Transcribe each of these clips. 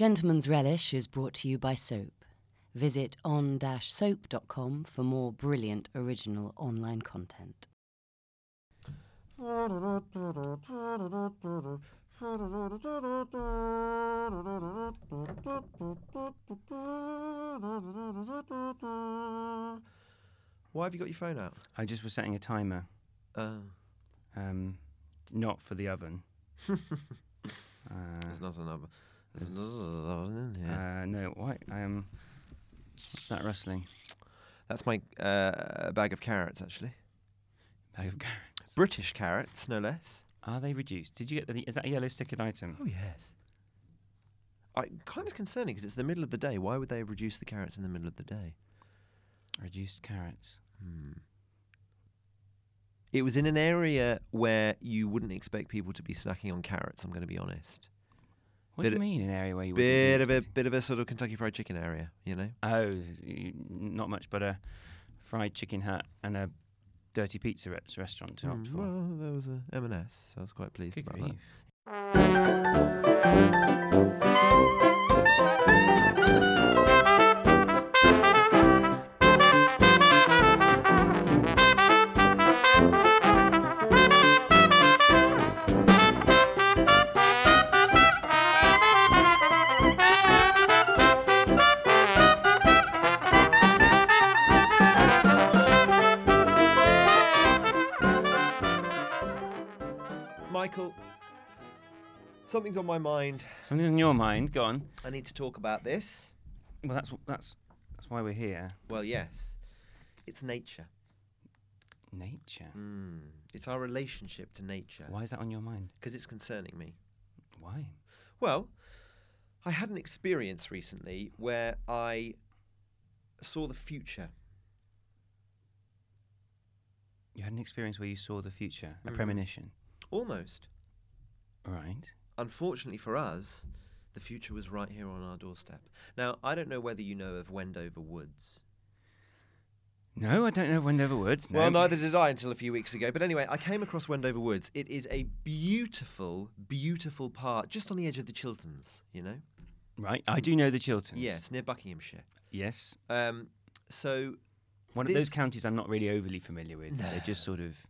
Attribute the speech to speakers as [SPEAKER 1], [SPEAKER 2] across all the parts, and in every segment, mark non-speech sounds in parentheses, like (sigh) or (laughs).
[SPEAKER 1] Gentleman's Relish is brought to you by Soap. Visit on soap.com for more brilliant original online content.
[SPEAKER 2] Why have you got your phone out?
[SPEAKER 3] I just was setting a timer,
[SPEAKER 2] Oh,
[SPEAKER 3] um, not for the (laughs) oven. uh,
[SPEAKER 2] there's not another. There's another one in here.
[SPEAKER 3] uh, no, why? Um, what's that rustling?
[SPEAKER 2] That's my uh, bag of carrots, actually.
[SPEAKER 3] Bag of carrots.
[SPEAKER 2] British carrots, no less.
[SPEAKER 3] Are they reduced? Did you get the? Is that a yellow stickered item?
[SPEAKER 2] Oh yes. I kind of concerning because it's the middle of the day. Why would they have reduced the carrots in the middle of the day?
[SPEAKER 3] Reduced carrots.
[SPEAKER 2] Hmm. It was in an area where you wouldn't expect people to be snacking on carrots. I'm going to be honest.
[SPEAKER 3] What
[SPEAKER 2] Bit
[SPEAKER 3] do
[SPEAKER 2] of-
[SPEAKER 3] you mean an area where you wouldn't be
[SPEAKER 2] Bit of a
[SPEAKER 3] expecting-
[SPEAKER 2] bit of a sort of Kentucky Fried Chicken area, you know.
[SPEAKER 3] Oh, s- y- not much, but a fried chicken hat and a dirty pizza at restaurant to opt
[SPEAKER 2] Mm,
[SPEAKER 3] for.
[SPEAKER 2] well, there was a M&S. So I was quite pleased
[SPEAKER 3] Good
[SPEAKER 2] about that.
[SPEAKER 3] grief.
[SPEAKER 2] Michael, something's on my mind.
[SPEAKER 3] Something's in your mind. Go on.
[SPEAKER 2] I need to talk about this.
[SPEAKER 3] Well, that's wh- that's that's why we're here.
[SPEAKER 2] Well, yes, it's nature.
[SPEAKER 3] Nature.
[SPEAKER 2] Mm. It's our relationship to nature.
[SPEAKER 3] Why is that on your mind?
[SPEAKER 2] Because it's concerning me.
[SPEAKER 3] Why?
[SPEAKER 2] Well, I had an experience recently where I saw the future.
[SPEAKER 3] You had an experience where you saw the future, a
[SPEAKER 2] Mm.
[SPEAKER 3] premonition.
[SPEAKER 2] Almost.
[SPEAKER 3] All right.
[SPEAKER 2] Unfortunately for us, the future was right here on our doorstep. Now, I don't know whether you know of Wendover Woods.
[SPEAKER 3] No, I don't know Wendover Woods. No.
[SPEAKER 2] Well, neither did I until a few weeks ago. But anyway, I came across Wendover Woods. It is a beautiful, beautiful part just on the edge of the Chilterns, you know?
[SPEAKER 3] Right. I do know the Chilterns.
[SPEAKER 2] Yes, near Buckinghamshire.
[SPEAKER 3] Yes.
[SPEAKER 2] Um, so,
[SPEAKER 3] One of
[SPEAKER 2] This-
[SPEAKER 3] those counties I'm not really overly familiar with. They're just sort of.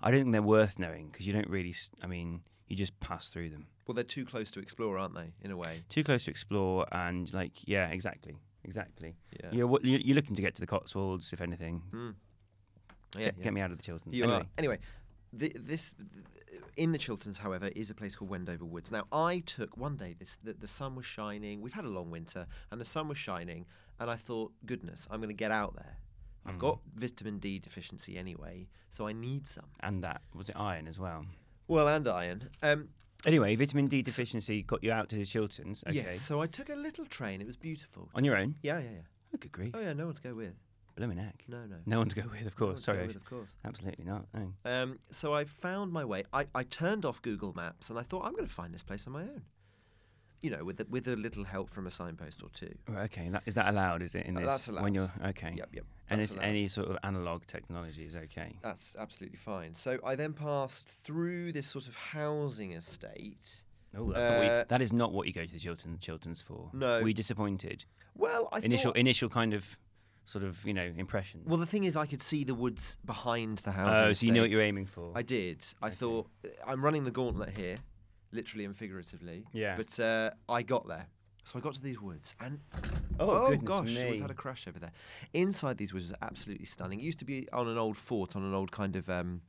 [SPEAKER 3] I don't think they're worth knowing because you don't really. s- I mean, you just pass through them.
[SPEAKER 2] well, they're too close to explore, aren't they, in a way?
[SPEAKER 3] Too close to explore, and like, yeah, exactly, exactly.
[SPEAKER 2] Yeah. Mm,
[SPEAKER 3] You're, what, you're you're looking to get to the Cotswolds, if anything.
[SPEAKER 2] Yeah,
[SPEAKER 3] get,
[SPEAKER 2] yeah.
[SPEAKER 3] get me out of the Chilterns.
[SPEAKER 2] You
[SPEAKER 3] anyway,
[SPEAKER 2] are. Anyway, th- this th- in the Chilterns, however, is a place called Wendover Woods. Now, I took one day. This the, the sun was shining. We've had a long winter, and the sun was shining, and I thought, goodness, I'm going to get out there. I've
[SPEAKER 3] Hmm.
[SPEAKER 2] got vitamin D deficiency anyway, so I need some.
[SPEAKER 3] and that was it. Iron as well.
[SPEAKER 2] Well, and iron. Um,
[SPEAKER 3] Anyway, vitamin D deficiency got you out to the Chilterns. Okay.
[SPEAKER 2] Yes. So I took a little train. It was beautiful.
[SPEAKER 3] On your own.
[SPEAKER 2] Yeah, yeah, yeah.
[SPEAKER 3] Oh, good grief.
[SPEAKER 2] Oh yeah, no one to go with.
[SPEAKER 3] Blooming heck.
[SPEAKER 2] No, no.
[SPEAKER 3] No one to go with, of course.
[SPEAKER 2] one to
[SPEAKER 3] Sorry.
[SPEAKER 2] go
[SPEAKER 3] I
[SPEAKER 2] with,
[SPEAKER 3] sh-
[SPEAKER 2] of course.
[SPEAKER 3] Absolutely not. No.
[SPEAKER 2] Um, so I found my way. I, I turned off Google Maps and I thought I'm going to find this place on my own. You know, with the, with a little help from a signpost or two.
[SPEAKER 3] Right, Okay, that, is that allowed? Is it in
[SPEAKER 2] Uh,
[SPEAKER 3] this?
[SPEAKER 2] that's
[SPEAKER 3] When you're
[SPEAKER 2] allowed.
[SPEAKER 3] okay.
[SPEAKER 2] Yep, yep,
[SPEAKER 3] And
[SPEAKER 2] that's
[SPEAKER 3] if
[SPEAKER 2] allowed. Uh,
[SPEAKER 3] any sort of analog technology is okay.
[SPEAKER 2] That's absolutely fine. So I then passed through this sort of housing estate.
[SPEAKER 3] Oh, that's not what
[SPEAKER 2] Uh,
[SPEAKER 3] you, that is not what you go to the Chilterns, Chilterns for.
[SPEAKER 2] No.
[SPEAKER 3] we disappointed.
[SPEAKER 2] Well, I
[SPEAKER 3] initial
[SPEAKER 2] thought.
[SPEAKER 3] initial kind of sort of you know impression.
[SPEAKER 2] well, the thing is, I could see the woods behind the housing.
[SPEAKER 3] oh, so you know what
[SPEAKER 2] estate.
[SPEAKER 3] you're aiming for.
[SPEAKER 2] I did. I thought uh, I'm running the gauntlet here, literally and figuratively.
[SPEAKER 3] Yeah.
[SPEAKER 2] But uh, I got there. So I got to these woods, and
[SPEAKER 3] Oh, goodness
[SPEAKER 2] gosh,
[SPEAKER 3] me.
[SPEAKER 2] we've had a crash over there. Inside these woods was absolutely stunning. It used to be on an old fort, on an old kind of um,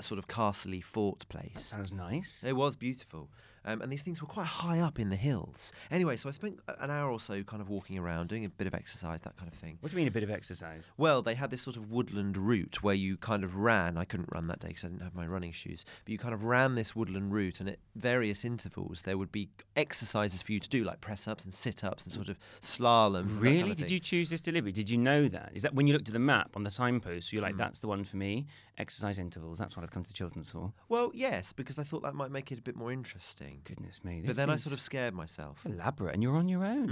[SPEAKER 2] sort of castle fort place.
[SPEAKER 3] Sounds nice.
[SPEAKER 2] It was beautiful. Um, and these things were quite high up in the hills. Anyway, so I spent a- an hour or so kind of walking around, doing a bit of exercise, that kind of thing.
[SPEAKER 3] What do you mean a bit of exercise?
[SPEAKER 2] Well, they had this sort of woodland route where you kind of ran. I couldn't run that day because I didn't have my running shoes. But you kind of ran this woodland route, and at various intervals, there would be exercises for you to do, like press ups and sit ups and sort of slaloms. and that kind
[SPEAKER 3] Really?
[SPEAKER 2] of
[SPEAKER 3] Did
[SPEAKER 2] thing.
[SPEAKER 3] you choose this deliberately? Did you know that? Is that when you looked at the map on the signpost,
[SPEAKER 2] Mm.
[SPEAKER 3] you're like, that's the one for me? Exercise intervals. That's what I've come to the children's for.
[SPEAKER 2] Well, yes, because I thought that might make it a bit more interesting.
[SPEAKER 3] Goodness me.
[SPEAKER 2] But
[SPEAKER 3] this
[SPEAKER 2] then I
[SPEAKER 3] is Hmm.
[SPEAKER 2] sort of scared myself.
[SPEAKER 3] elaborate, and you're on your own.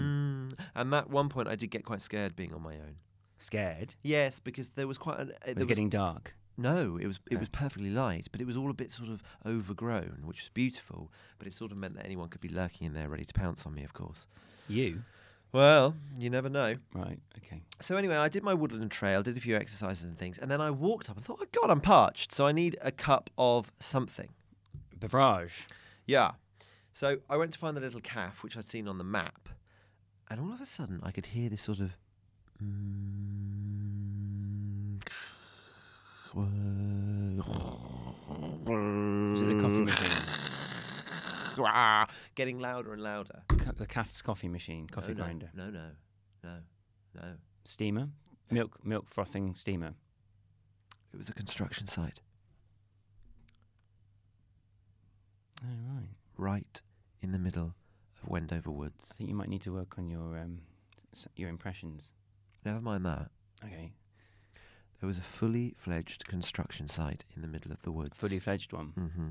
[SPEAKER 2] Mm. And that one point, I did get quite scared being on my own.
[SPEAKER 3] Scared.
[SPEAKER 2] Yes, because there was quite an. Uh,
[SPEAKER 3] It was
[SPEAKER 2] there was
[SPEAKER 3] getting dark.
[SPEAKER 2] No, it was it
[SPEAKER 3] No.
[SPEAKER 2] was perfectly light, but it was all a bit sort of overgrown, which was beautiful. But it sort of meant that anyone could be lurking in there, ready to pounce on me, of course.
[SPEAKER 3] You
[SPEAKER 2] Well, you never know.
[SPEAKER 3] right? Okay.
[SPEAKER 2] So anyway, I did my woodland trail, did a few exercises and things, and then I walked up and thought, oh God, I'm parched, so I need a cup of something.
[SPEAKER 3] Beverage.
[SPEAKER 2] Yeah. So I went to find the little calf, which I'd seen on the map, and all of a sudden I could hear this sort of.
[SPEAKER 3] Was it the
[SPEAKER 2] Mm.
[SPEAKER 3] coffee machine?
[SPEAKER 2] Getting louder and louder.
[SPEAKER 3] Ca- The calf's coffee machine, coffee
[SPEAKER 2] no,
[SPEAKER 3] grinder,
[SPEAKER 2] No, no, no, no. no.
[SPEAKER 3] steamer, milk, milk frothing steamer.
[SPEAKER 2] It was a construction site
[SPEAKER 3] Oh right.
[SPEAKER 2] right in the middle of Wendover Woods.
[SPEAKER 3] I think you might need to work on your um, s- your impressions.
[SPEAKER 2] Never mind that.
[SPEAKER 3] Okay.
[SPEAKER 2] There was a fully fledged construction site in the middle of the woods.
[SPEAKER 3] Fully fledged one.
[SPEAKER 2] hmm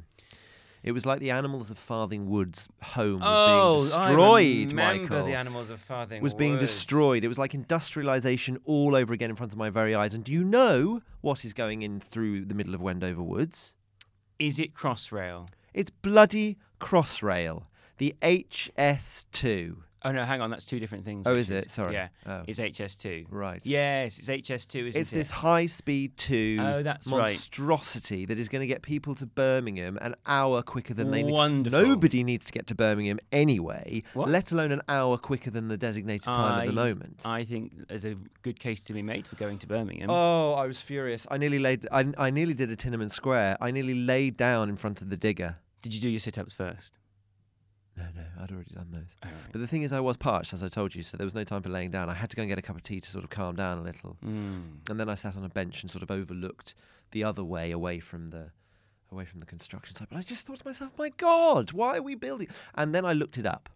[SPEAKER 2] It was like the animals of Farthing Woods home
[SPEAKER 3] oh,
[SPEAKER 2] was being destroyed,
[SPEAKER 3] I remember
[SPEAKER 2] Michael.
[SPEAKER 3] the animals of farthing
[SPEAKER 2] was being
[SPEAKER 3] Woods.
[SPEAKER 2] destroyed. It was like industrialization all over again in front of my very eyes. And do you know what is going in through the middle of Wendover Woods?
[SPEAKER 3] Is it Crossrail?
[SPEAKER 2] It's bloody Crossrail, the HS2.
[SPEAKER 3] Oh no, hang on, that's two different things.
[SPEAKER 2] Oh,
[SPEAKER 3] which
[SPEAKER 2] is it? Sorry.
[SPEAKER 3] Yeah,
[SPEAKER 2] Oh.
[SPEAKER 3] it's HS2.
[SPEAKER 2] Right.
[SPEAKER 3] Yes, it's HS2, isn't
[SPEAKER 2] It's
[SPEAKER 3] it?
[SPEAKER 2] this high speed two
[SPEAKER 3] Oh, that's right.
[SPEAKER 2] monstrosity that is going to get people to Birmingham an hour quicker than they need.
[SPEAKER 3] Wonderful.
[SPEAKER 2] Nobody needs to get to Birmingham anyway,
[SPEAKER 3] What?
[SPEAKER 2] let alone an hour quicker than the designated time at the
[SPEAKER 3] I-
[SPEAKER 2] moment.
[SPEAKER 3] I think there's a good case to be made for going to Birmingham.
[SPEAKER 2] Oh, I was furious. I nearly laid. I, I nearly did a Tiananmen Square. I nearly laid down in front of the digger.
[SPEAKER 3] Did you do your sit-ups first?
[SPEAKER 2] No, no, I'd already done those.
[SPEAKER 3] Oh, right.
[SPEAKER 2] But the thing is, I was parched, as I told you, so there was no time for laying down. I had to go and get a cup of tea to sort of calm down a little.
[SPEAKER 3] Mm.
[SPEAKER 2] and then I sat on a bench and sort of overlooked the other way away from the away from the construction site. But I just thought to myself, my God, why are we building? And then I looked it up.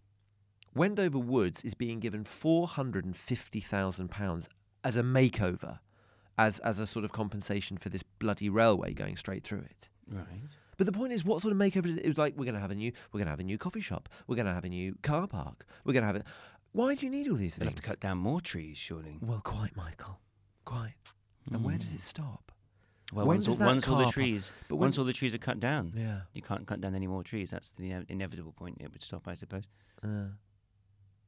[SPEAKER 2] Wendover Woods is being given four hundred and fifty thousand pounds as a makeover, as as a sort of compensation for this bloody railway going straight through it.
[SPEAKER 3] Right.
[SPEAKER 2] But the point is, what sort of makeover? Is it? it was like we're going to have a new, we're going to have a new coffee shop, we're going to have a new car park, we're going to have it. Why do you need all these
[SPEAKER 3] They'll
[SPEAKER 2] things?
[SPEAKER 3] have to cut down more trees, surely.
[SPEAKER 2] Well, quite, Michael, quite. And where
[SPEAKER 3] Hmm.
[SPEAKER 2] does it stop?
[SPEAKER 3] Well,
[SPEAKER 2] When
[SPEAKER 3] once,
[SPEAKER 2] does
[SPEAKER 3] all,
[SPEAKER 2] that
[SPEAKER 3] once all
[SPEAKER 2] car
[SPEAKER 3] the
[SPEAKER 2] park-
[SPEAKER 3] trees,
[SPEAKER 2] but when-
[SPEAKER 3] once all the trees are cut down,
[SPEAKER 2] Yeah.
[SPEAKER 3] you can't cut down any more trees. That's the ine- inevitable point. It would stop, I suppose.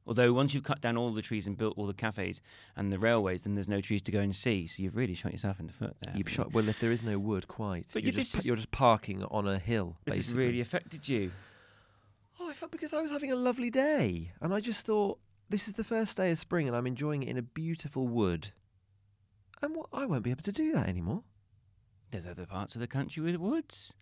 [SPEAKER 3] Although once you've cut down all the trees and built all the cafes and the railways, then there's no trees to go and see. So you've really shot yourself in the foot there. haven't
[SPEAKER 2] You've
[SPEAKER 3] you?
[SPEAKER 2] shot. Well, if there is no wood, quite.
[SPEAKER 3] But
[SPEAKER 2] you're,
[SPEAKER 3] you-
[SPEAKER 2] just,
[SPEAKER 3] this
[SPEAKER 2] pa- you're just parking on a hill.
[SPEAKER 3] This has
[SPEAKER 2] basically.
[SPEAKER 3] really affected you.
[SPEAKER 2] Oh, I felt because I was having a lovely day, and I just thought this is the first day of spring, and I'm enjoying it in a beautiful wood. And what, I won't be able to do that anymore.
[SPEAKER 3] There's other parts of the country with woods.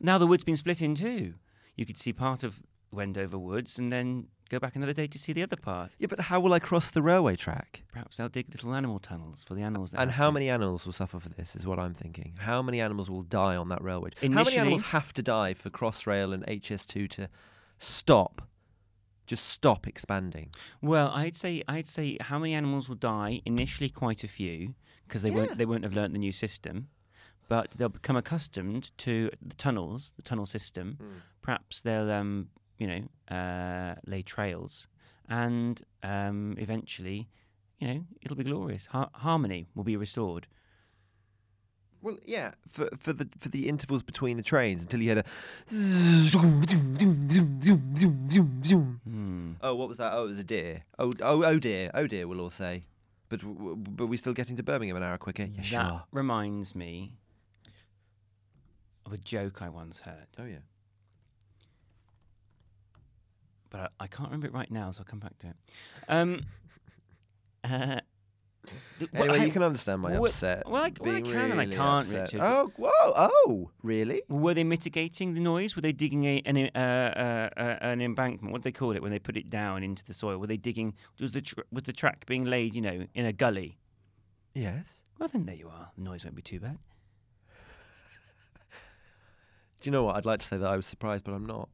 [SPEAKER 3] Now the wood's been split in two. You could see part of Wendover Woods and then go back another day to see the other part.
[SPEAKER 2] Yeah, but how will I cross the railway track?
[SPEAKER 3] Perhaps they'll dig little animal tunnels for the animals. that
[SPEAKER 2] And
[SPEAKER 3] have
[SPEAKER 2] how
[SPEAKER 3] to.
[SPEAKER 2] many animals will suffer for this? Is what I'm thinking. How many animals will die on that railway? tr- how many
[SPEAKER 3] Initially-
[SPEAKER 2] animals have to die for Crossrail and HS2 to stop? Just stop expanding.
[SPEAKER 3] Well, I'd say I'd say how many animals will die? Initially, quite a few because they
[SPEAKER 2] Yeah.
[SPEAKER 3] won't they won't have learnt the new system, but they'll become accustomed to the tunnels, the tunnel system. Perhaps they'll um, you know uh, lay trails, and um, eventually, you know, it'll be glorious. Har- harmony will be restored.
[SPEAKER 2] Well, yeah, for for the for the intervals between the trains until you hear the zoom, zoom, zoom, zoom, zoom, zoom, zoom, zoom.
[SPEAKER 3] Hmm.
[SPEAKER 2] Oh, what was that? Oh, it was a deer. Oh, oh, oh dear, oh dear. We'll all say, but w- w- but we're still getting to Birmingham an hour quicker. Yeah, sure.
[SPEAKER 3] That reminds me of a joke I once heard.
[SPEAKER 2] Oh yeah.
[SPEAKER 3] but I, I can't remember it right now, so I'll come back to it. Um, (laughs) uh, th- wha-
[SPEAKER 2] Anyway,
[SPEAKER 3] how-
[SPEAKER 2] you can understand my
[SPEAKER 3] well,
[SPEAKER 2] upset.
[SPEAKER 3] well, I- well, I
[SPEAKER 2] being
[SPEAKER 3] can and I
[SPEAKER 2] really
[SPEAKER 3] can't,
[SPEAKER 2] upset.
[SPEAKER 3] Richard.
[SPEAKER 2] Oh, whoa, oh, really?
[SPEAKER 3] Were they mitigating the noise? Were they digging a, an, e- uh, uh, uh, an embankment? What do they call it when they put it down into the soil? Were they digging? Was the tr- was the track being laid? You know, in a gully.
[SPEAKER 2] Yes.
[SPEAKER 3] Well, then there you are. The noise won't be too bad.
[SPEAKER 2] Do you know what? I'd like to say that I was surprised, but I'm not.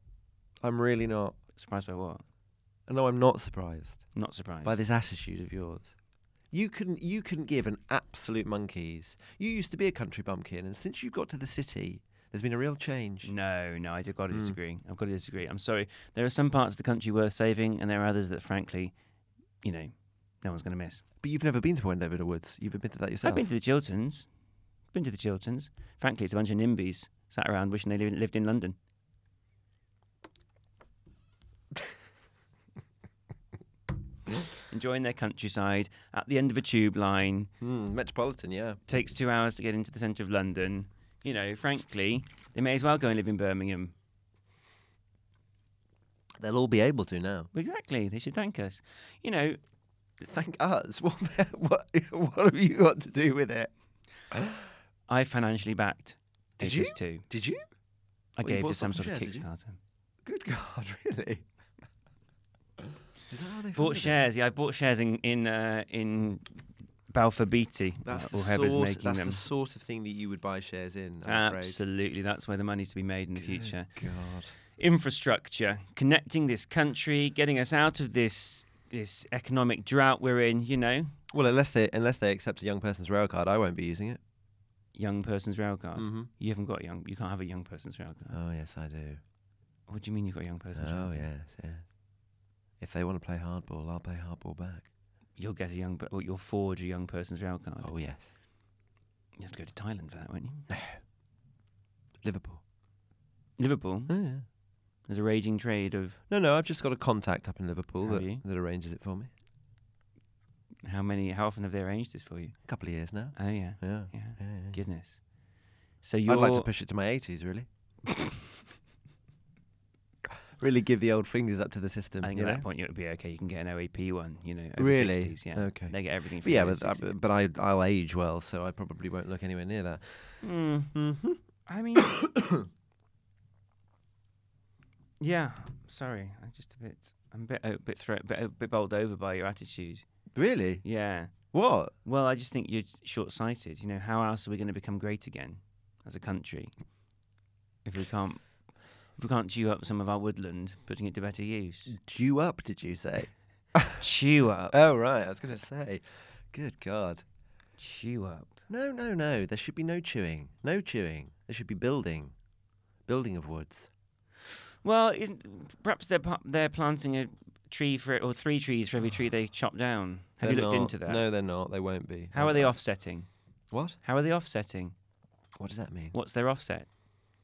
[SPEAKER 2] I'm really not.
[SPEAKER 3] Surprised by what?
[SPEAKER 2] No, I'm not surprised.
[SPEAKER 3] Not surprised.
[SPEAKER 2] by this attitude of yours. You couldn't you couldn't give an absolute monkeys. You used to be a country bumpkin, and since you've got to the city, there's been a real change.
[SPEAKER 3] no, no, I've got to
[SPEAKER 2] Mm.
[SPEAKER 3] disagree. I've got to disagree. I'm sorry. There are some parts of the country worth saving, and there are others that, frankly, you know, no one's going to miss.
[SPEAKER 2] But you've never been to Wendover Woods. You've admitted that yourself.
[SPEAKER 3] I've been to the Chilterns. been to the Chilterns. Frankly, it's a bunch of NIMBYs sat around wishing they li- lived in London. Enjoying their countryside at the end of a tube line.
[SPEAKER 2] Mm, metropolitan, yeah.
[SPEAKER 3] Takes two hours to get into the centre of London. You know, frankly, they may as well go and live in Birmingham.
[SPEAKER 2] They'll all be able to now.
[SPEAKER 3] Exactly. They should thank us. You know,
[SPEAKER 2] Thank us. (laughs) What, the- what, what have you got to do with it?
[SPEAKER 3] I financially backed
[SPEAKER 2] Did
[SPEAKER 3] Acres
[SPEAKER 2] you?
[SPEAKER 3] 2.
[SPEAKER 2] Did you?
[SPEAKER 3] I
[SPEAKER 2] Well, you
[SPEAKER 3] gave
[SPEAKER 2] bought
[SPEAKER 3] to some
[SPEAKER 2] some
[SPEAKER 3] sort of
[SPEAKER 2] shares, did you?
[SPEAKER 3] Kickstarter.
[SPEAKER 2] Good (laughs) God, really? Is that how they
[SPEAKER 3] Bought
[SPEAKER 2] funded it?
[SPEAKER 3] shares. Yeah, I bought shares in in uh, in Balfour Beatty. uh,
[SPEAKER 2] That's, the
[SPEAKER 3] or whoever's
[SPEAKER 2] sort,
[SPEAKER 3] making
[SPEAKER 2] that's
[SPEAKER 3] them.
[SPEAKER 2] the sort of thing that you would buy shares in, I'm afraid.
[SPEAKER 3] Absolutely, that's where the money's to be made in the future.
[SPEAKER 2] God.
[SPEAKER 3] Infrastructure, connecting this country, getting us out of this this economic drought we're in. You know,
[SPEAKER 2] Well, unless they unless they accept a young person's rail card, I won't be using it.
[SPEAKER 3] young person's rail card.
[SPEAKER 2] Mm-hmm.
[SPEAKER 3] You haven't got a young. You can't have a young person's rail card.
[SPEAKER 2] Oh yes, I do.
[SPEAKER 3] What do you mean you've got a young person's? rail
[SPEAKER 2] Oh
[SPEAKER 3] card?
[SPEAKER 2] yes, yeah. If they want to play hardball, I'll play hardball back.
[SPEAKER 3] You'll get a young. per- Or you'll forge a young person's rail card.
[SPEAKER 2] Oh yes,
[SPEAKER 3] You have to go to Thailand for that, won't you?
[SPEAKER 2] Liverpool.
[SPEAKER 3] Liverpool.
[SPEAKER 2] Oh, yeah.
[SPEAKER 3] There's a raging trade of
[SPEAKER 2] No, no, I've just got a contact up in Liverpool
[SPEAKER 3] Have
[SPEAKER 2] that,
[SPEAKER 3] you?
[SPEAKER 2] that arranges it for me.
[SPEAKER 3] how many? How often have they arranged this for you?
[SPEAKER 2] A couple of years now.
[SPEAKER 3] Oh yeah.
[SPEAKER 2] Yeah.
[SPEAKER 3] Yeah.
[SPEAKER 2] yeah, yeah.
[SPEAKER 3] Goodness. So you're
[SPEAKER 2] I'd like to push it to my 80s, (laughs) really. really give the old fingers up to the system.
[SPEAKER 3] I think
[SPEAKER 2] you
[SPEAKER 3] at
[SPEAKER 2] know?
[SPEAKER 3] that point it would be okay. You can get an OAP one, you know. Over
[SPEAKER 2] Really?
[SPEAKER 3] 60s, yeah.
[SPEAKER 2] Okay.
[SPEAKER 3] They get everything.
[SPEAKER 2] But yeah, but, I, but I, I'll age well, so I probably won't look anywhere near that.
[SPEAKER 3] mm-hmm. I mean, (coughs) yeah. Sorry, I'm just a bit. I'm a bit, a bit, thro- bit, a bit bowled over by your attitude.
[SPEAKER 2] Really?
[SPEAKER 3] Yeah.
[SPEAKER 2] What?
[SPEAKER 3] Well, I just think you're short-sighted. You know, how else are we going to become great again as a country if we can't if we can't chew up some of our woodland, putting it to
[SPEAKER 2] (sighs)
[SPEAKER 3] better use?
[SPEAKER 2] Due up, did you say?
[SPEAKER 3] chew up,
[SPEAKER 2] (laughs) oh, right. I was going to say. Good God.
[SPEAKER 3] chew up.
[SPEAKER 2] No, no, no. There should be no chewing. No chewing. There should be building. Building of woods.
[SPEAKER 3] Well, isn't, perhaps they're pa- they're planting a tree for or three trees for every tree (sighs) they chop down. Have you
[SPEAKER 2] They're
[SPEAKER 3] looked
[SPEAKER 2] not-
[SPEAKER 3] into that?
[SPEAKER 2] No, they're not. They won't be.
[SPEAKER 3] How are they offsetting?
[SPEAKER 2] What?
[SPEAKER 3] How are they offsetting?
[SPEAKER 2] What does that mean?
[SPEAKER 3] What's their offset?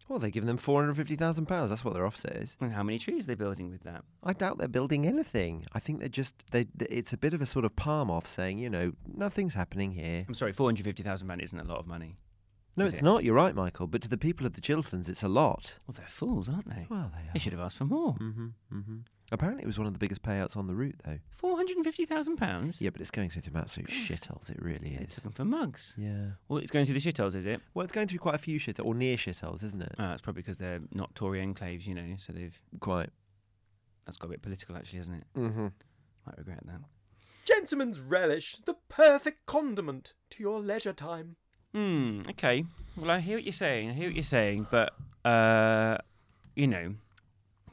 [SPEAKER 2] Well, they give them four hundred fifty thousand pounds. That's what their offset is.
[SPEAKER 3] And how many trees are they building with that?
[SPEAKER 2] I doubt they're building anything. I think they're just they. th- It's a bit of a sort of palm off, saying you know nothing's happening here.
[SPEAKER 3] I'm sorry, four hundred fifty thousand pound isn't a lot of money.
[SPEAKER 2] No,
[SPEAKER 3] Is
[SPEAKER 2] it's
[SPEAKER 3] it?
[SPEAKER 2] not. You're right, Michael. But to the people of the Chilterns, it's a lot.
[SPEAKER 3] Well, they're fools, aren't they?
[SPEAKER 2] Well, they are.
[SPEAKER 3] They should have asked for more.
[SPEAKER 2] Mm-hmm. Mm-hmm. Apparently, it was one of the biggest payouts on the route, though.
[SPEAKER 3] Four hundred and fifty thousand pounds.
[SPEAKER 2] Yeah, but it's going through some absolute shitholes. It really
[SPEAKER 3] They
[SPEAKER 2] is.
[SPEAKER 3] took them for mugs.
[SPEAKER 2] Yeah.
[SPEAKER 3] Well, it's going through the shitholes, is it?
[SPEAKER 2] Well, it's going through quite a few shitholes or near shitholes, isn't it?
[SPEAKER 3] Uh, it's probably because they're not Tory enclaves, you know. So they've
[SPEAKER 2] Quite.
[SPEAKER 3] that's got a bit political, actually, hasn't it?
[SPEAKER 2] Mm-hmm.
[SPEAKER 3] Might regret that.
[SPEAKER 4] Gentlemen's relish, the perfect condiment to your leisure time.
[SPEAKER 3] Hmm. Okay. Well, I hear what you're saying. I hear what you're saying, but uh, you know,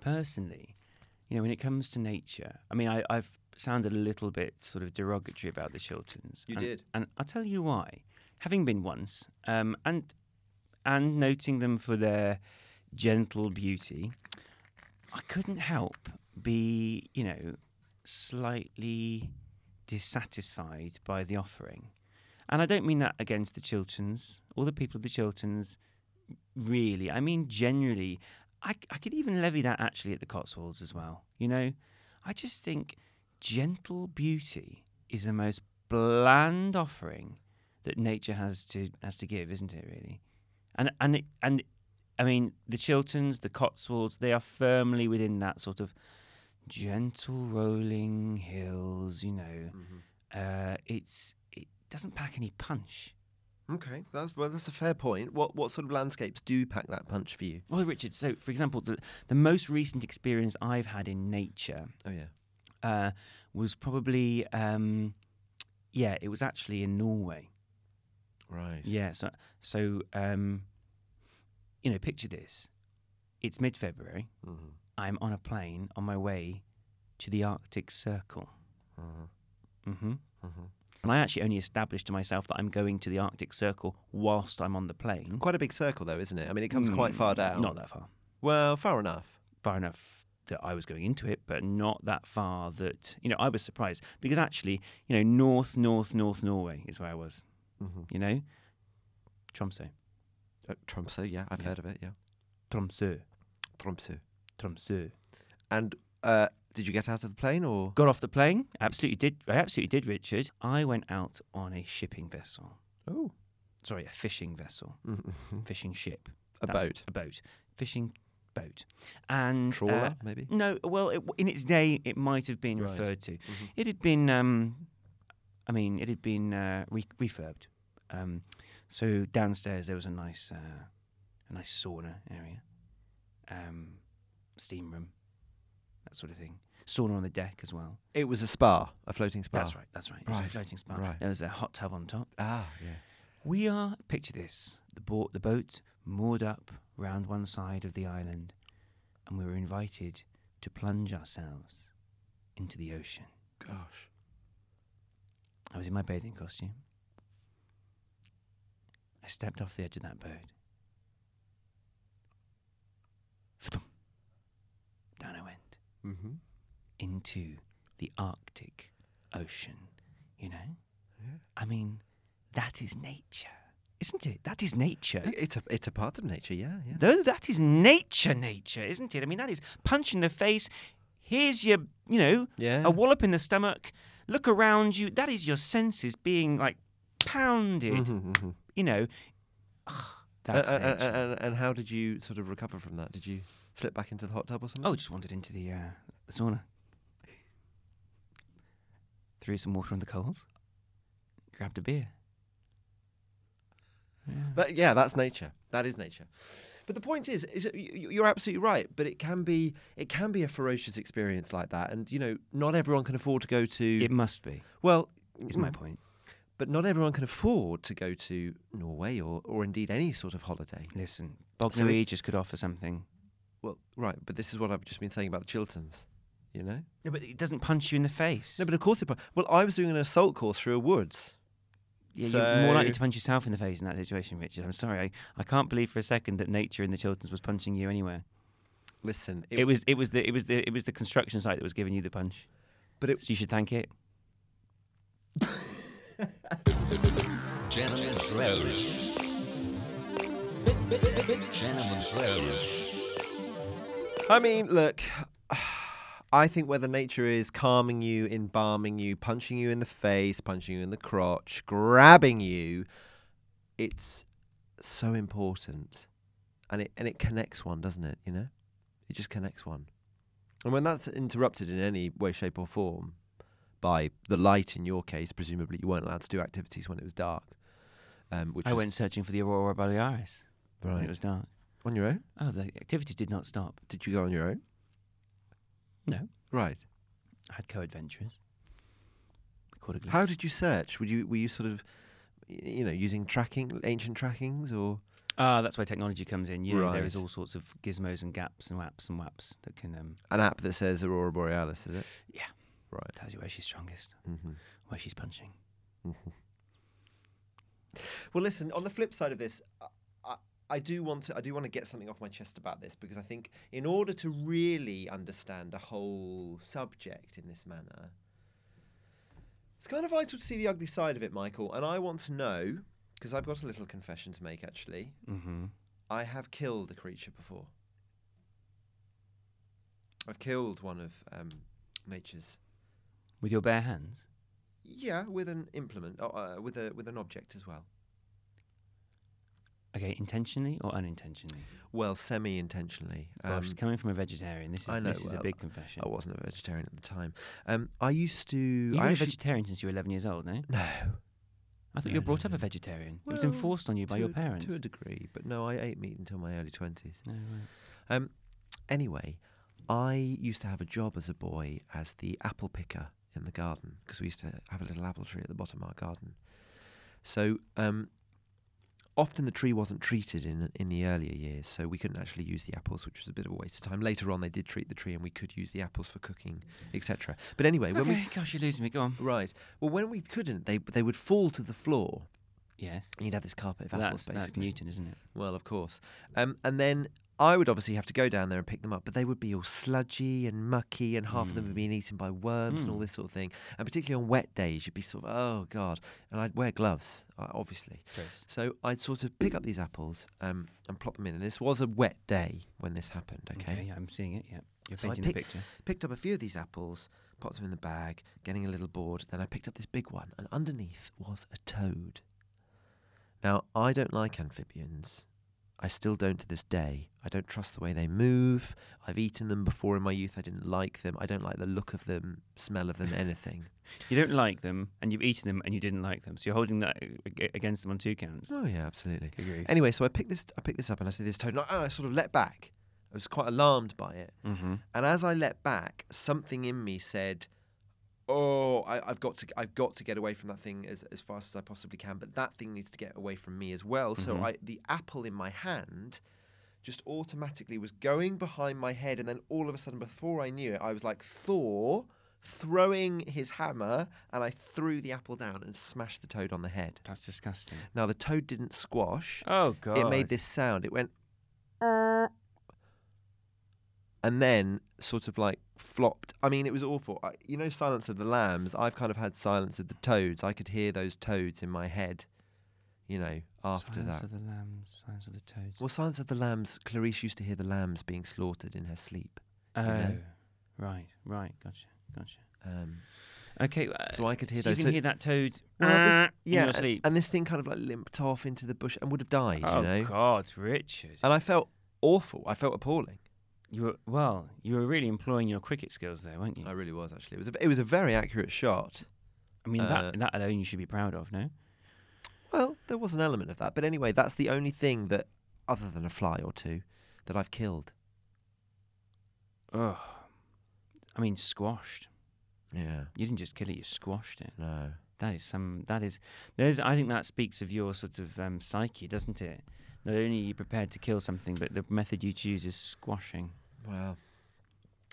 [SPEAKER 3] personally, you know, when it comes to nature, I mean, I, I've sounded a little bit sort of derogatory about the Chilterns.
[SPEAKER 2] You
[SPEAKER 3] and-
[SPEAKER 2] did.
[SPEAKER 3] and I'll tell you why. Having been once, um, and and noting them for their gentle beauty, I couldn't help be, you know, slightly dissatisfied by the offering. And I don't mean that against the Chilterns or the people of the Chilterns, really. I mean, generally, I, c- I could even levy that actually at the Cotswolds as well. You know, I just think gentle beauty is the most bland offering that nature has to has to give, isn't it? Really, and and it, and I mean, the Chilterns, the Cotswolds, they are firmly within that sort of gentle rolling hills. You know, uh, it's it doesn't pack any punch.
[SPEAKER 2] Okay, that's well, that's a fair point. What what sort of landscapes do pack that punch for you?
[SPEAKER 3] Well, Richard. So, for example, the the most recent experience I've had in nature
[SPEAKER 2] Oh yeah.
[SPEAKER 3] uh, was probably um, yeah, it was actually in Norway.
[SPEAKER 2] Right.
[SPEAKER 3] Yeah. So, so um, you know, picture this: it's mid-February.
[SPEAKER 2] Mm-hmm.
[SPEAKER 3] I'm on a plane on my way to the Arctic Circle.
[SPEAKER 2] Mm-hmm.
[SPEAKER 3] hmm And I actually only established to myself that I'm going to the Arctic Circle whilst I'm on the plane.
[SPEAKER 2] Quite a big circle, though, isn't it? I mean, it comes quite
[SPEAKER 3] Mm,
[SPEAKER 2] far down.
[SPEAKER 3] Not that far.
[SPEAKER 2] Well, far enough.
[SPEAKER 3] Far enough that I was going into it, but not that far that you know I was surprised because actually you know north, north, north Norway is where I was.
[SPEAKER 2] Mm-hmm.
[SPEAKER 3] You know, Tromsø.
[SPEAKER 2] Uh, Tromsø, yeah, I've heard of it, yeah.
[SPEAKER 3] Tromsø.
[SPEAKER 2] Tromsø.
[SPEAKER 3] Tromsø.
[SPEAKER 2] And uh, did you get out of the plane or?
[SPEAKER 3] Got off the plane. Absolutely did. I absolutely did, Richard. I went out on a shipping vessel.
[SPEAKER 2] Oh.
[SPEAKER 3] Sorry, a fishing vessel.
[SPEAKER 2] Mm-hmm.
[SPEAKER 3] Fishing ship.
[SPEAKER 2] (laughs) A
[SPEAKER 3] That was-
[SPEAKER 2] boat.
[SPEAKER 3] A boat. Fishing boat. And uh,
[SPEAKER 2] Trawler, maybe?
[SPEAKER 3] No, well, it, in its day, it might have been
[SPEAKER 2] Right.
[SPEAKER 3] referred to.
[SPEAKER 2] mm-hmm.
[SPEAKER 3] It had been, um, I mean, it had been uh, re- refurbed. Um, so downstairs there was a nice, uh, a nice sauna area, um, steam room, that sort of thing. Sauna on the deck as well.
[SPEAKER 2] It was a spa, a floating spa.
[SPEAKER 3] That's right. That's right. It was
[SPEAKER 2] Ah, Right,
[SPEAKER 3] a floating spa.
[SPEAKER 2] right.
[SPEAKER 3] There was a hot tub on top.
[SPEAKER 2] Ah, yeah.
[SPEAKER 3] We are picture this: the boat, the boat moored up round one side of the island, and we were invited to plunge ourselves into the ocean.
[SPEAKER 2] Gosh.
[SPEAKER 3] I was in my bathing costume. I stepped off the edge of that boat. Thump. (laughs) Down I went
[SPEAKER 2] Mm-hmm.
[SPEAKER 3] into the Arctic Ocean. You know,
[SPEAKER 2] Yeah.
[SPEAKER 3] I mean, that is nature, isn't it? That is nature.
[SPEAKER 2] It's a it's a part of nature, yeah, yeah.
[SPEAKER 3] Though that is nature, nature, isn't it? I mean, that is punch in the face. Here's your, you know,
[SPEAKER 2] Yeah.
[SPEAKER 3] a wallop in the stomach. Look around you. That is your senses being like pounded.
[SPEAKER 2] Mhm, mhm.
[SPEAKER 3] You know,
[SPEAKER 2] And-
[SPEAKER 3] that's
[SPEAKER 2] and, and-
[SPEAKER 3] nature.
[SPEAKER 2] and- and how did you sort of recover from that? Did you slip back into the hot tub or something?
[SPEAKER 3] oh, just wandered into the, uh, the sauna. Threw some water on the coals. Grabbed a beer.
[SPEAKER 2] That, yeah, that's nature. That is nature. But the point is, is that y- y- you're absolutely right. But it can be, it can be a ferocious experience like that, and you know, not everyone can afford to go to.
[SPEAKER 3] It must be.
[SPEAKER 2] well,
[SPEAKER 3] Is my
[SPEAKER 2] mm,
[SPEAKER 3] point.
[SPEAKER 2] But not everyone can afford to go to Norway or, or indeed any sort of holiday.
[SPEAKER 3] Listen, Bognor
[SPEAKER 2] So it-
[SPEAKER 3] Regis could offer something.
[SPEAKER 2] Well, right. But this is what I've just been saying about the Chilterns. You know.
[SPEAKER 3] No, but it doesn't punch you in the face.
[SPEAKER 2] No, but of course it. Well, I was doing an assault course through a woods.
[SPEAKER 3] Yeah, you're more likely
[SPEAKER 2] So-
[SPEAKER 3] to punch yourself in the face in that situation, Richard. I'm sorry. I, I can't believe for a second that nature in the Chilterns was punching you anywhere.
[SPEAKER 2] Listen,
[SPEAKER 3] It, was it was the it was the it was the construction site that was giving you the punch.
[SPEAKER 2] But it
[SPEAKER 3] So you should thank it.
[SPEAKER 5] Gentlemen's Relish. Gentlemen's Relish.
[SPEAKER 2] I mean, look, (sighs) I think whether nature is calming you, embalming you, punching you in the face, punching you in the crotch, grabbing you, it's so important. And it and it connects one, doesn't it? You know? It just connects one. And when that's interrupted in any way, shape or form by the light in your case, presumably you weren't allowed to do activities when it was dark. Um, which
[SPEAKER 3] I
[SPEAKER 2] was,
[SPEAKER 3] went searching for the Aurora Borealis when
[SPEAKER 2] right.
[SPEAKER 3] it was dark.
[SPEAKER 2] on your own?
[SPEAKER 3] Oh, the activities did not stop.
[SPEAKER 2] Did you go on your own?
[SPEAKER 3] No,
[SPEAKER 2] Right.
[SPEAKER 3] I had co-adventurers. We caught a glimpse.
[SPEAKER 2] How did you search? Would you were you sort of, y- you know, using tracking, ancient trackings, or
[SPEAKER 3] Ah, that's where technology comes in. You know, there is
[SPEAKER 2] Right.
[SPEAKER 3] all sorts of gizmos and gaps and waps and waps that can um,
[SPEAKER 2] an app that says Aurora Borealis? Is it
[SPEAKER 3] Yeah.
[SPEAKER 2] right?
[SPEAKER 3] tells you where she's strongest,
[SPEAKER 2] Mm-hmm.
[SPEAKER 3] where she's punching.
[SPEAKER 2] Well, listen. On the flip side of this, I- I, I do want to I do want to get something off my chest about this because I think in order to really understand a whole subject in this manner, it's kind of vital to see the ugly side of it, Michael. And I want to know because I've got a little confession to make. Actually,
[SPEAKER 3] Mm-hmm.
[SPEAKER 2] I have killed a creature before. I've killed one of um, nature's.
[SPEAKER 3] With your bare hands.
[SPEAKER 2] Yeah, with an implement, uh, uh, with a with an object as well.
[SPEAKER 3] Okay, intentionally or unintentionally?
[SPEAKER 2] Well, semi-intentionally.
[SPEAKER 3] Gosh,
[SPEAKER 2] Um,
[SPEAKER 3] Oh, coming from a vegetarian, this is
[SPEAKER 2] I know,
[SPEAKER 3] this is a
[SPEAKER 2] well,
[SPEAKER 3] big confession.
[SPEAKER 2] I wasn't a vegetarian at the time. Um, I used to.
[SPEAKER 3] You've
[SPEAKER 2] I
[SPEAKER 3] been a
[SPEAKER 2] actually,
[SPEAKER 3] vegetarian since you were 11 years old, no?
[SPEAKER 2] no.
[SPEAKER 3] I thought
[SPEAKER 2] No,
[SPEAKER 3] you
[SPEAKER 2] no,
[SPEAKER 3] were brought up
[SPEAKER 2] no.
[SPEAKER 3] a vegetarian. it was
[SPEAKER 2] Um, Well,
[SPEAKER 3] enforced on you by
[SPEAKER 2] to
[SPEAKER 3] your
[SPEAKER 2] a-
[SPEAKER 3] parents.
[SPEAKER 2] to a degree, but no, I ate meat until my early twenties.
[SPEAKER 3] No, right.
[SPEAKER 2] Um, anyway, I used to have a job as a boy as the apple picker in the garden because we used to have a little apple tree at the bottom of our garden. So um, often the tree wasn't treated in in the earlier years, so we couldn't actually use the apples, which was a bit of a waste of time. Later on, they did treat the tree, and we could use the apples for cooking, etc. But anyway, when
[SPEAKER 3] Okay, gosh, you're losing me. Go on.
[SPEAKER 2] we right, well, when we couldn't, they they would fall to the floor,
[SPEAKER 3] Yes.
[SPEAKER 2] and you'd have this carpet of apples
[SPEAKER 3] That's,
[SPEAKER 2] basically.
[SPEAKER 3] that's Newton, isn't it?
[SPEAKER 2] Well, of course. Um, and then I would obviously have to go down there and pick them up, but they would be all sludgy and mucky, and half of them would be eaten by worms and all this sort of thing. And particularly on wet days, you'd be sort of, oh god. And I'd wear gloves, uh, obviously.
[SPEAKER 3] Chris.
[SPEAKER 2] So I'd sort of pick up these apples um, and plop them in. And this was a wet day when this happened. Okay.
[SPEAKER 3] Okay, yeah, I'm seeing it. Yeah, you're
[SPEAKER 2] So I
[SPEAKER 3] painting the
[SPEAKER 2] pick-
[SPEAKER 3] picture.
[SPEAKER 2] Picked up a few of these apples, popped them in the bag, getting a little bored. Then I picked up this big one, and underneath was a toad. Now, I don't like amphibians. I still don't to this day. I don't trust the way they move. I've eaten them before in my youth. I didn't like them. I don't like the look of them, smell of them, anything.
[SPEAKER 3] You don't like them, and you've eaten them, and you didn't like them. So you're holding that uh, ag- against them on two counts.
[SPEAKER 2] oh, yeah, absolutely.
[SPEAKER 3] Good grief.
[SPEAKER 2] Anyway, so I picked this I picked this up and I see this toad and I, and I sort of let back. I was quite alarmed by it.
[SPEAKER 3] Mhm.
[SPEAKER 2] And as I let back, something in me said, "Oh, I, I've got to, I've got to get away from that thing as, as fast as I possibly can." But that thing needs to get away from me as well. So I, the apple in my hand, just automatically was going behind my head, and then all of a sudden, before I knew it, I was like Thor throwing his hammer, and I threw the apple down and smashed the toad on the head.
[SPEAKER 3] That's disgusting.
[SPEAKER 2] Now the toad didn't squash.
[SPEAKER 3] Oh god.
[SPEAKER 2] It made this sound. It went, "Err," and then sort of like flopped. I mean, it was awful. I, you know, Silence of the Lambs. I've kind of had Silence of the Toads. I could hear those toads in my head. You know, after
[SPEAKER 3] Silence
[SPEAKER 2] that.
[SPEAKER 3] of the lambs, signs of the toads.
[SPEAKER 2] well, Silence of the Lambs. Clarice used to hear the lambs being slaughtered in her sleep.
[SPEAKER 3] Oh,
[SPEAKER 2] know?
[SPEAKER 3] right, right, gotcha, gotcha.
[SPEAKER 2] Um,
[SPEAKER 3] Okay, uh,
[SPEAKER 2] so I could hear
[SPEAKER 3] so
[SPEAKER 2] those.
[SPEAKER 3] you can
[SPEAKER 2] so-
[SPEAKER 3] hear that toad
[SPEAKER 2] Well, this-
[SPEAKER 3] in
[SPEAKER 2] yeah, uh,
[SPEAKER 3] your
[SPEAKER 2] and-
[SPEAKER 3] sleep.
[SPEAKER 2] And, this thing kind of like limped off into the bush and would have died.
[SPEAKER 3] oh
[SPEAKER 2] you know,
[SPEAKER 3] God, Richard,
[SPEAKER 2] and I felt awful. I felt appalling.
[SPEAKER 3] Uh, you were well, you were really employing your cricket skills there, weren't you?
[SPEAKER 2] I really was actually. It was a, it was a very accurate shot.
[SPEAKER 3] I mean,
[SPEAKER 2] uh,
[SPEAKER 3] that that alone you should be proud of, no?
[SPEAKER 2] Well, there was an element of that. But anyway, that's the only thing that, other than a fly or two, that I've killed.
[SPEAKER 3] Ugh.
[SPEAKER 2] oh.
[SPEAKER 3] I mean, squashed.
[SPEAKER 2] Yeah.
[SPEAKER 3] You didn't just kill it; you squashed it.
[SPEAKER 2] No.
[SPEAKER 3] That is some. That is. There's. I think that speaks of your sort of um, psyche, doesn't it? Not only are you prepared to kill something, but the method you choose is squashing.
[SPEAKER 2] Well.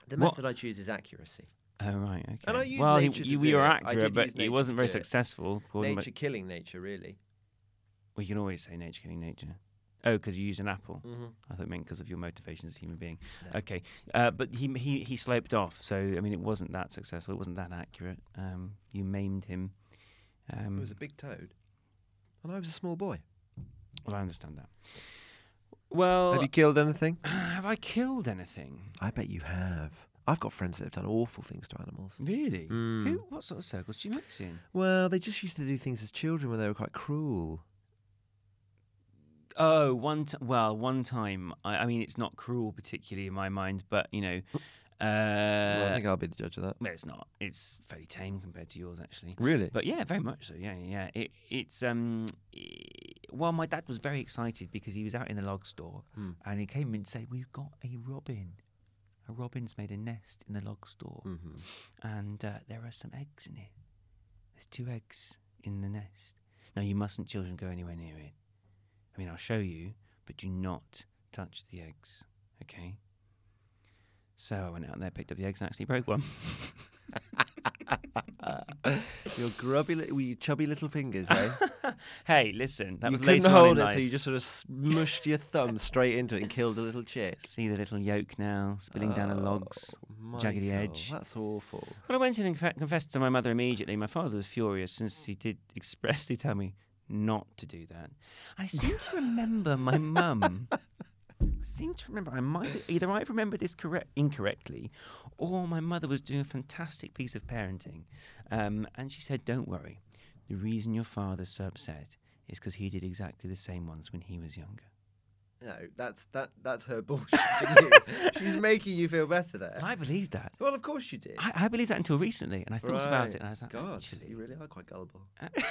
[SPEAKER 2] The
[SPEAKER 3] What-
[SPEAKER 2] method I choose is accuracy.
[SPEAKER 3] Oh right, okay.
[SPEAKER 2] And I used
[SPEAKER 3] well,
[SPEAKER 2] nature to
[SPEAKER 3] you, we
[SPEAKER 2] do
[SPEAKER 3] were
[SPEAKER 2] it. I
[SPEAKER 3] accurate,
[SPEAKER 2] did
[SPEAKER 3] but
[SPEAKER 2] use
[SPEAKER 3] it
[SPEAKER 2] nature
[SPEAKER 3] wasn't
[SPEAKER 2] to
[SPEAKER 3] very
[SPEAKER 2] do it.
[SPEAKER 3] successful. Gordon, but
[SPEAKER 2] Nature killing nature, really.
[SPEAKER 3] we can always say nature killing nature. Oh, because you used an apple.
[SPEAKER 2] Mm-hmm.
[SPEAKER 3] I thought it meant because of your motivation as a human being.
[SPEAKER 2] No.
[SPEAKER 3] Okay, uh, but he, he he sloped off. So I mean, it wasn't that successful. It wasn't that accurate. Um, you maimed him. Um,
[SPEAKER 2] It was a big toad. And I was a small boy.
[SPEAKER 3] well, I understand that. Well,
[SPEAKER 2] have you killed anything?
[SPEAKER 3] (sighs) have I killed anything?
[SPEAKER 2] I bet you have. I've got friends that have done awful things to animals.
[SPEAKER 3] Really?
[SPEAKER 2] Mm.
[SPEAKER 3] Who? What sort of circles do you mix in?
[SPEAKER 2] Well, they just used to do things as children when they were quite cruel.
[SPEAKER 3] Oh, one t- well, one time. I, I mean, it's not cruel particularly in my mind, but you know,
[SPEAKER 2] Well, I
[SPEAKER 3] uh,
[SPEAKER 2] think I'll be the judge of that.
[SPEAKER 3] well, it's not. It's fairly tame compared to yours, actually.
[SPEAKER 2] Really?
[SPEAKER 3] But yeah, very much so. Yeah, yeah. yeah. It, it's um, i well, my dad was very excited because he was out in the log store
[SPEAKER 2] Mm.
[SPEAKER 3] and he came in and said, "We've got a robin. A robin's made a nest in the log store,
[SPEAKER 2] Mm-hmm.
[SPEAKER 3] and uh, there are some eggs in it. There's two eggs in the nest. Now you mustn't, children, go anywhere near it. I mean, I'll show you, but do not touch the eggs. Okay." So I went out there, picked up the eggs, and actually broke one. (laughs)
[SPEAKER 2] Your grubby, li- wee chubby little (laughs) fingers, eh?
[SPEAKER 3] hey, listen, that
[SPEAKER 2] you
[SPEAKER 3] was
[SPEAKER 2] couldn't
[SPEAKER 3] later on
[SPEAKER 2] hold
[SPEAKER 3] in
[SPEAKER 2] it,
[SPEAKER 3] life.
[SPEAKER 2] so you just sort of smushed your thumb straight into it and killed a little chick.
[SPEAKER 3] See the little yolk now spilling down the logs.
[SPEAKER 2] Oh,
[SPEAKER 3] jaggedy
[SPEAKER 2] Michael,
[SPEAKER 3] edge.
[SPEAKER 2] That's awful.
[SPEAKER 3] Well, I went in and confe- confessed to my mother immediately. My father was furious since he did (laughs) expressly tell me not to do that. I seem to remember my mum. I seem to remember I might either I remember this correct incorrectly, or my mother was doing a fantastic piece of parenting, um, and she said, "Don't worry, the reason your father's so upset is because he did exactly the same ones when he was younger."
[SPEAKER 2] No, that's that. That's her bullshit. (laughs) She's making you feel better there.
[SPEAKER 3] And I believed that.
[SPEAKER 2] Well, of course you did.
[SPEAKER 3] I, I believed that until recently, and I thought about
[SPEAKER 2] Right.
[SPEAKER 3] it, and I was like,
[SPEAKER 2] God,
[SPEAKER 3] actually,
[SPEAKER 2] you really are quite gullible.
[SPEAKER 3] uh, yeah,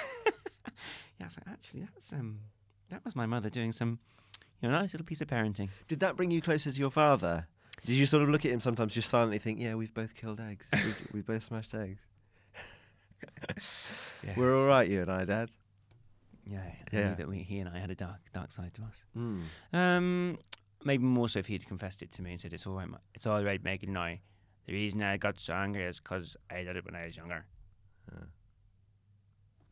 [SPEAKER 3] I was like, actually, that's um, that was my mother doing some, you know, nice little piece of parenting.
[SPEAKER 2] Did that bring you closer to your father? Did you sort of look at him sometimes, just silently think, "Yeah, we've both killed eggs.
[SPEAKER 3] (laughs)
[SPEAKER 2] we've, we've both smashed eggs. We're all right, you and I, Dad."
[SPEAKER 3] yeah, I
[SPEAKER 2] Yeah.
[SPEAKER 3] knew that we, he and I had a dark, dark side to us.
[SPEAKER 2] Mm.
[SPEAKER 3] Um, maybe more so if he'd confessed it to me and said, "It's all right, ma- it's all right, Megan. I, the reason I got so angry is because I did it when I was younger."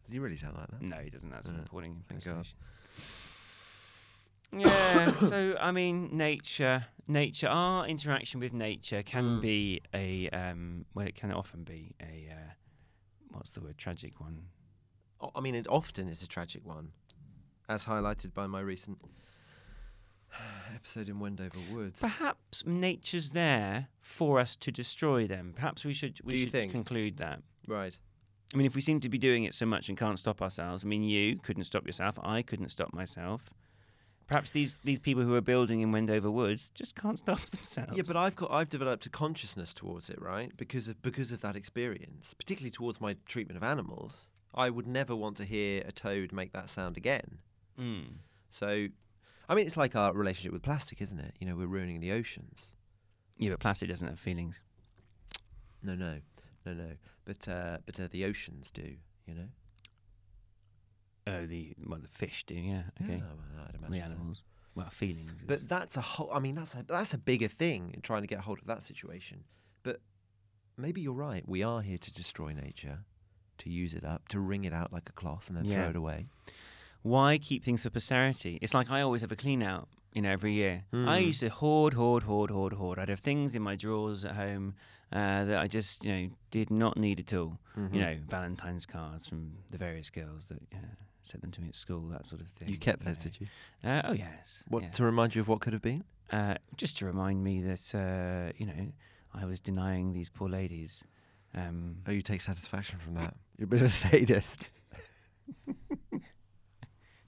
[SPEAKER 2] Does he really sound like that?
[SPEAKER 3] No, he doesn't. That's an
[SPEAKER 2] Yeah,
[SPEAKER 3] appalling
[SPEAKER 2] thank God.
[SPEAKER 3] impersonation. (coughs) Yeah. so I mean, nature, nature, our interaction with nature can be a um, well, it can often be a uh, what's the word? Tragic one.
[SPEAKER 2] O- I mean, it often is a tragic one, as highlighted by my recent (sighs) episode in Wendover Woods.
[SPEAKER 3] Perhaps nature's there for us to destroy them. Perhaps we should we
[SPEAKER 2] Do you
[SPEAKER 3] should
[SPEAKER 2] think?
[SPEAKER 3] conclude that.
[SPEAKER 2] Right.
[SPEAKER 3] I mean, if we seem to be doing it so much and can't stop ourselves, I mean, you couldn't stop yourself. I couldn't stop myself. Perhaps these, these people who are building in Wendover Woods just can't (laughs) stop themselves.
[SPEAKER 2] Yeah, but I've got I've developed a consciousness towards it, right? Because of because of that experience, particularly towards my treatment of animals. I would never want to hear a toad make that sound again.
[SPEAKER 3] Mm.
[SPEAKER 2] So, I mean, it's like our relationship with plastic, isn't it? You know, we're ruining the oceans.
[SPEAKER 3] Yeah, but plastic doesn't have feelings.
[SPEAKER 2] No, no, no, no. But uh, but uh, the oceans do. You know.
[SPEAKER 3] Oh, the well, the fish do. Yeah, okay.
[SPEAKER 2] Yeah, Oh, well, I'd
[SPEAKER 3] the
[SPEAKER 2] imagine so.
[SPEAKER 3] animals. Well, feelings. is-
[SPEAKER 2] But that's a whole. I mean, that's a that's a bigger thing in trying to get hold of that situation. But maybe you're right. We are here to destroy nature, to use it up, to wring it out like a cloth, and then
[SPEAKER 3] Yeah.
[SPEAKER 2] throw it away.
[SPEAKER 3] why keep things for posterity? It's like I always have a clean out, you know, every year. I
[SPEAKER 2] Mm.
[SPEAKER 3] used to hoard, hoard, hoard, hoard, hoard. I'd have things in my drawers at home uh, that I just, you know, did not need at all.
[SPEAKER 2] Mm-hmm.
[SPEAKER 3] You know, Valentine's cards from the various girls that uh, sent them to me at school, that sort of thing.
[SPEAKER 2] You kept those,
[SPEAKER 3] know.
[SPEAKER 2] did you?
[SPEAKER 3] Uh, oh yes.
[SPEAKER 2] What
[SPEAKER 3] yeah.
[SPEAKER 2] to remind you of what could have been?
[SPEAKER 3] uh, just to remind me that uh, you know I was denying these poor ladies. Um,
[SPEAKER 2] Oh, you take satisfaction from that. (laughs) You're a bit of a sadist.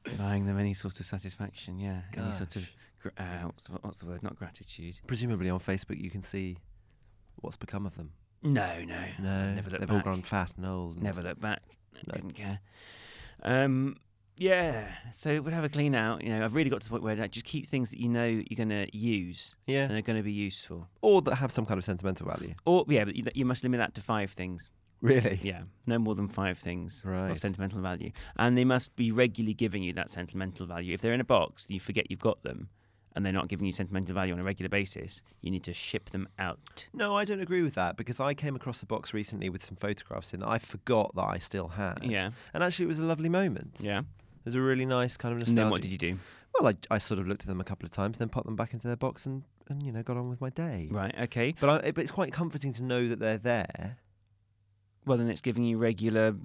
[SPEAKER 3] denying them any sort of satisfaction, yeah, any sort of
[SPEAKER 2] Gosh.
[SPEAKER 3] gr- uh, what's, the- what's the word? Not gratitude.
[SPEAKER 2] (laughs) Presumably on Facebook, you can see what's become of them.
[SPEAKER 3] No, no,
[SPEAKER 2] No,
[SPEAKER 3] Never look
[SPEAKER 2] they've all
[SPEAKER 3] back.
[SPEAKER 2] grown fat and old. and-
[SPEAKER 3] Never Mm. look back.
[SPEAKER 2] No.
[SPEAKER 3] Didn't care. Um, yeah, so we'd have a clean out. You know, I've really got to the point where like, just keep things that you know you're going to use and
[SPEAKER 2] Yeah,
[SPEAKER 3] are going to be useful.
[SPEAKER 2] or that have some kind of sentimental value.
[SPEAKER 3] Or yeah, but you, you must limit that to five things.
[SPEAKER 2] Really?
[SPEAKER 3] Yeah, no more than five things
[SPEAKER 2] Right.
[SPEAKER 3] of sentimental value, and they must be regularly giving you that sentimental value. If they're in a box, you forget you've got them, and they're not giving you sentimental value on a regular basis. You need to ship them out.
[SPEAKER 2] No, I don't agree with that because I came across a box recently with some photographs in that I forgot that I still had.
[SPEAKER 3] Yeah.
[SPEAKER 2] And actually, it was a lovely moment.
[SPEAKER 3] Yeah.
[SPEAKER 2] It was a really nice kind of nostalgic.
[SPEAKER 3] And then what did you do?
[SPEAKER 2] Well, I, I sort of looked at them a couple of times, then popped them back into their box and, and you know, got on with my day.
[SPEAKER 3] Right. Okay.
[SPEAKER 2] But, I, but it's quite comforting to know that they're there.
[SPEAKER 3] Well, then it's giving you regular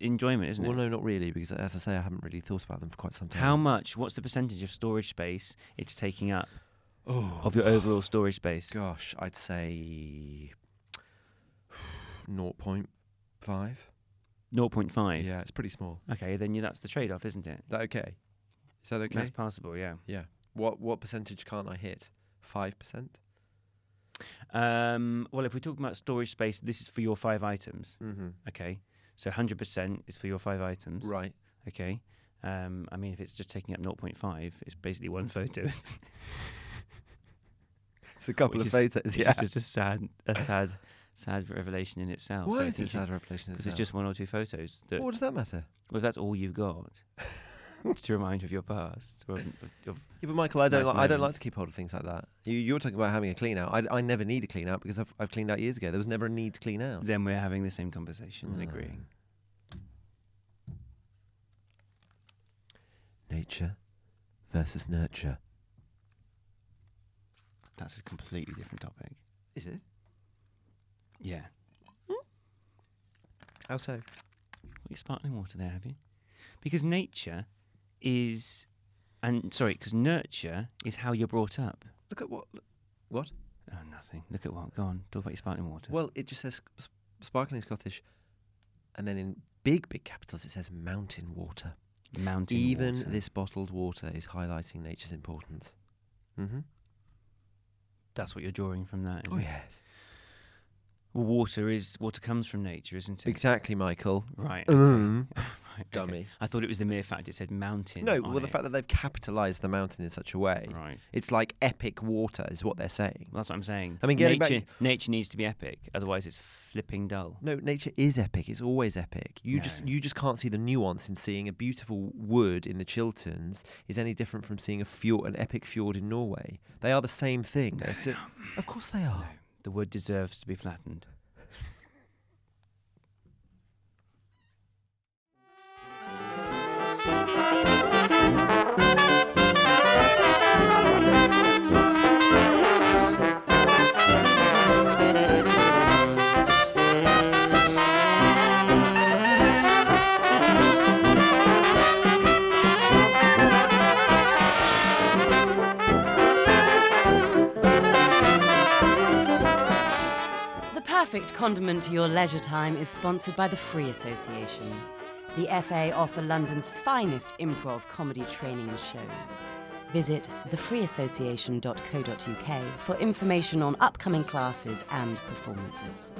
[SPEAKER 3] enjoyment, isn't
[SPEAKER 2] well, um,
[SPEAKER 3] it?
[SPEAKER 2] no, not really, because as I say, I haven't really thought about them for quite some time.
[SPEAKER 3] How much? What's the percentage of storage space it's taking up
[SPEAKER 2] Oh,
[SPEAKER 3] of your overall storage space?
[SPEAKER 2] gosh, I'd say (sighs) 0.5.
[SPEAKER 3] 0.5.
[SPEAKER 2] Yeah, it's pretty small.
[SPEAKER 3] Okay, then yeah, that's the trade-off, isn't it?
[SPEAKER 2] Is that okay? Is that okay?
[SPEAKER 3] That's passable. Yeah.
[SPEAKER 2] Yeah. What what percentage can't I hit? Five percent.
[SPEAKER 3] Um, well, if we're talking about storage space, this is for your five items.
[SPEAKER 2] Mm-hmm.
[SPEAKER 3] Okay. So 100% is for your five items.
[SPEAKER 2] Right.
[SPEAKER 3] Okay. Um, I mean, if it's just taking up 0.5, it's basically one photo.
[SPEAKER 2] It's a couple
[SPEAKER 3] Which
[SPEAKER 2] of photos. Yeah.
[SPEAKER 3] It's just a sad, a sad, sad revelation in itself.
[SPEAKER 2] Why is it sad revelation?
[SPEAKER 3] Because it's just one or two photos. That,
[SPEAKER 2] What does that matter?
[SPEAKER 3] well, if that's all you've got
[SPEAKER 2] (laughs)
[SPEAKER 3] to remind you of your past. Of, of,
[SPEAKER 2] Yeah, but Michael, I don't.
[SPEAKER 3] Nice
[SPEAKER 2] like, I don't like
[SPEAKER 3] moments.
[SPEAKER 2] to keep hold of things like that. You, you're talking about having a clean out. I, I never need a clean out because I've, I've cleaned out years ago. There was never a need to clean out.
[SPEAKER 3] then we're having the same conversation and agreeing.
[SPEAKER 2] Nature versus nurture. Ah,
[SPEAKER 3] That's a completely different topic.
[SPEAKER 2] Is it?
[SPEAKER 3] Yeah.
[SPEAKER 2] How so?
[SPEAKER 3] Put your sparkling water there, have you? Because nature is, and sorry, because nurture is how you're brought up.
[SPEAKER 2] Look at what. What?
[SPEAKER 3] Oh, nothing. Look at what. Go on. Talk about your sparkling water.
[SPEAKER 2] Well, it just says sp- sparkling Scottish, and then in big, big capitals it says mountain water.
[SPEAKER 3] Mountain
[SPEAKER 2] Even
[SPEAKER 3] water.
[SPEAKER 2] this bottled water is highlighting nature's importance. Mm-hmm.
[SPEAKER 3] That's what you're drawing from that.
[SPEAKER 2] Oh
[SPEAKER 3] Isn't it?
[SPEAKER 2] yes,
[SPEAKER 3] Well, water is water comes from nature, isn't it?
[SPEAKER 2] exactly, Michael.
[SPEAKER 3] Right.
[SPEAKER 2] Mm.
[SPEAKER 3] Right, okay.
[SPEAKER 2] Dummy.
[SPEAKER 3] I thought it was the mere fact it said mountain.
[SPEAKER 2] No,
[SPEAKER 3] on
[SPEAKER 2] well, the
[SPEAKER 3] it.
[SPEAKER 2] fact that they've capitalised the mountain in such a way,
[SPEAKER 3] Right.
[SPEAKER 2] it's like epic water, is what they're saying.
[SPEAKER 3] Well, that's what I'm saying.
[SPEAKER 2] I mean, getting back-
[SPEAKER 3] nature, nature needs to be epic, otherwise it's flipping dull.
[SPEAKER 2] No, nature is epic. It's always epic. You just
[SPEAKER 3] No.
[SPEAKER 2] you just can't see the nuance in seeing a beautiful wood in the Chilterns is any different from seeing a fjord, an epic fjord in Norway. They are the same thing. They're still, of course, they are.
[SPEAKER 3] The wood deserves to be flattened.
[SPEAKER 1] perfect condiment to your leisure time is sponsored by the Free Association. The FA offer London's finest improv comedy training and shows. Visit thefreeassociation.co.uk for information on upcoming classes and performances.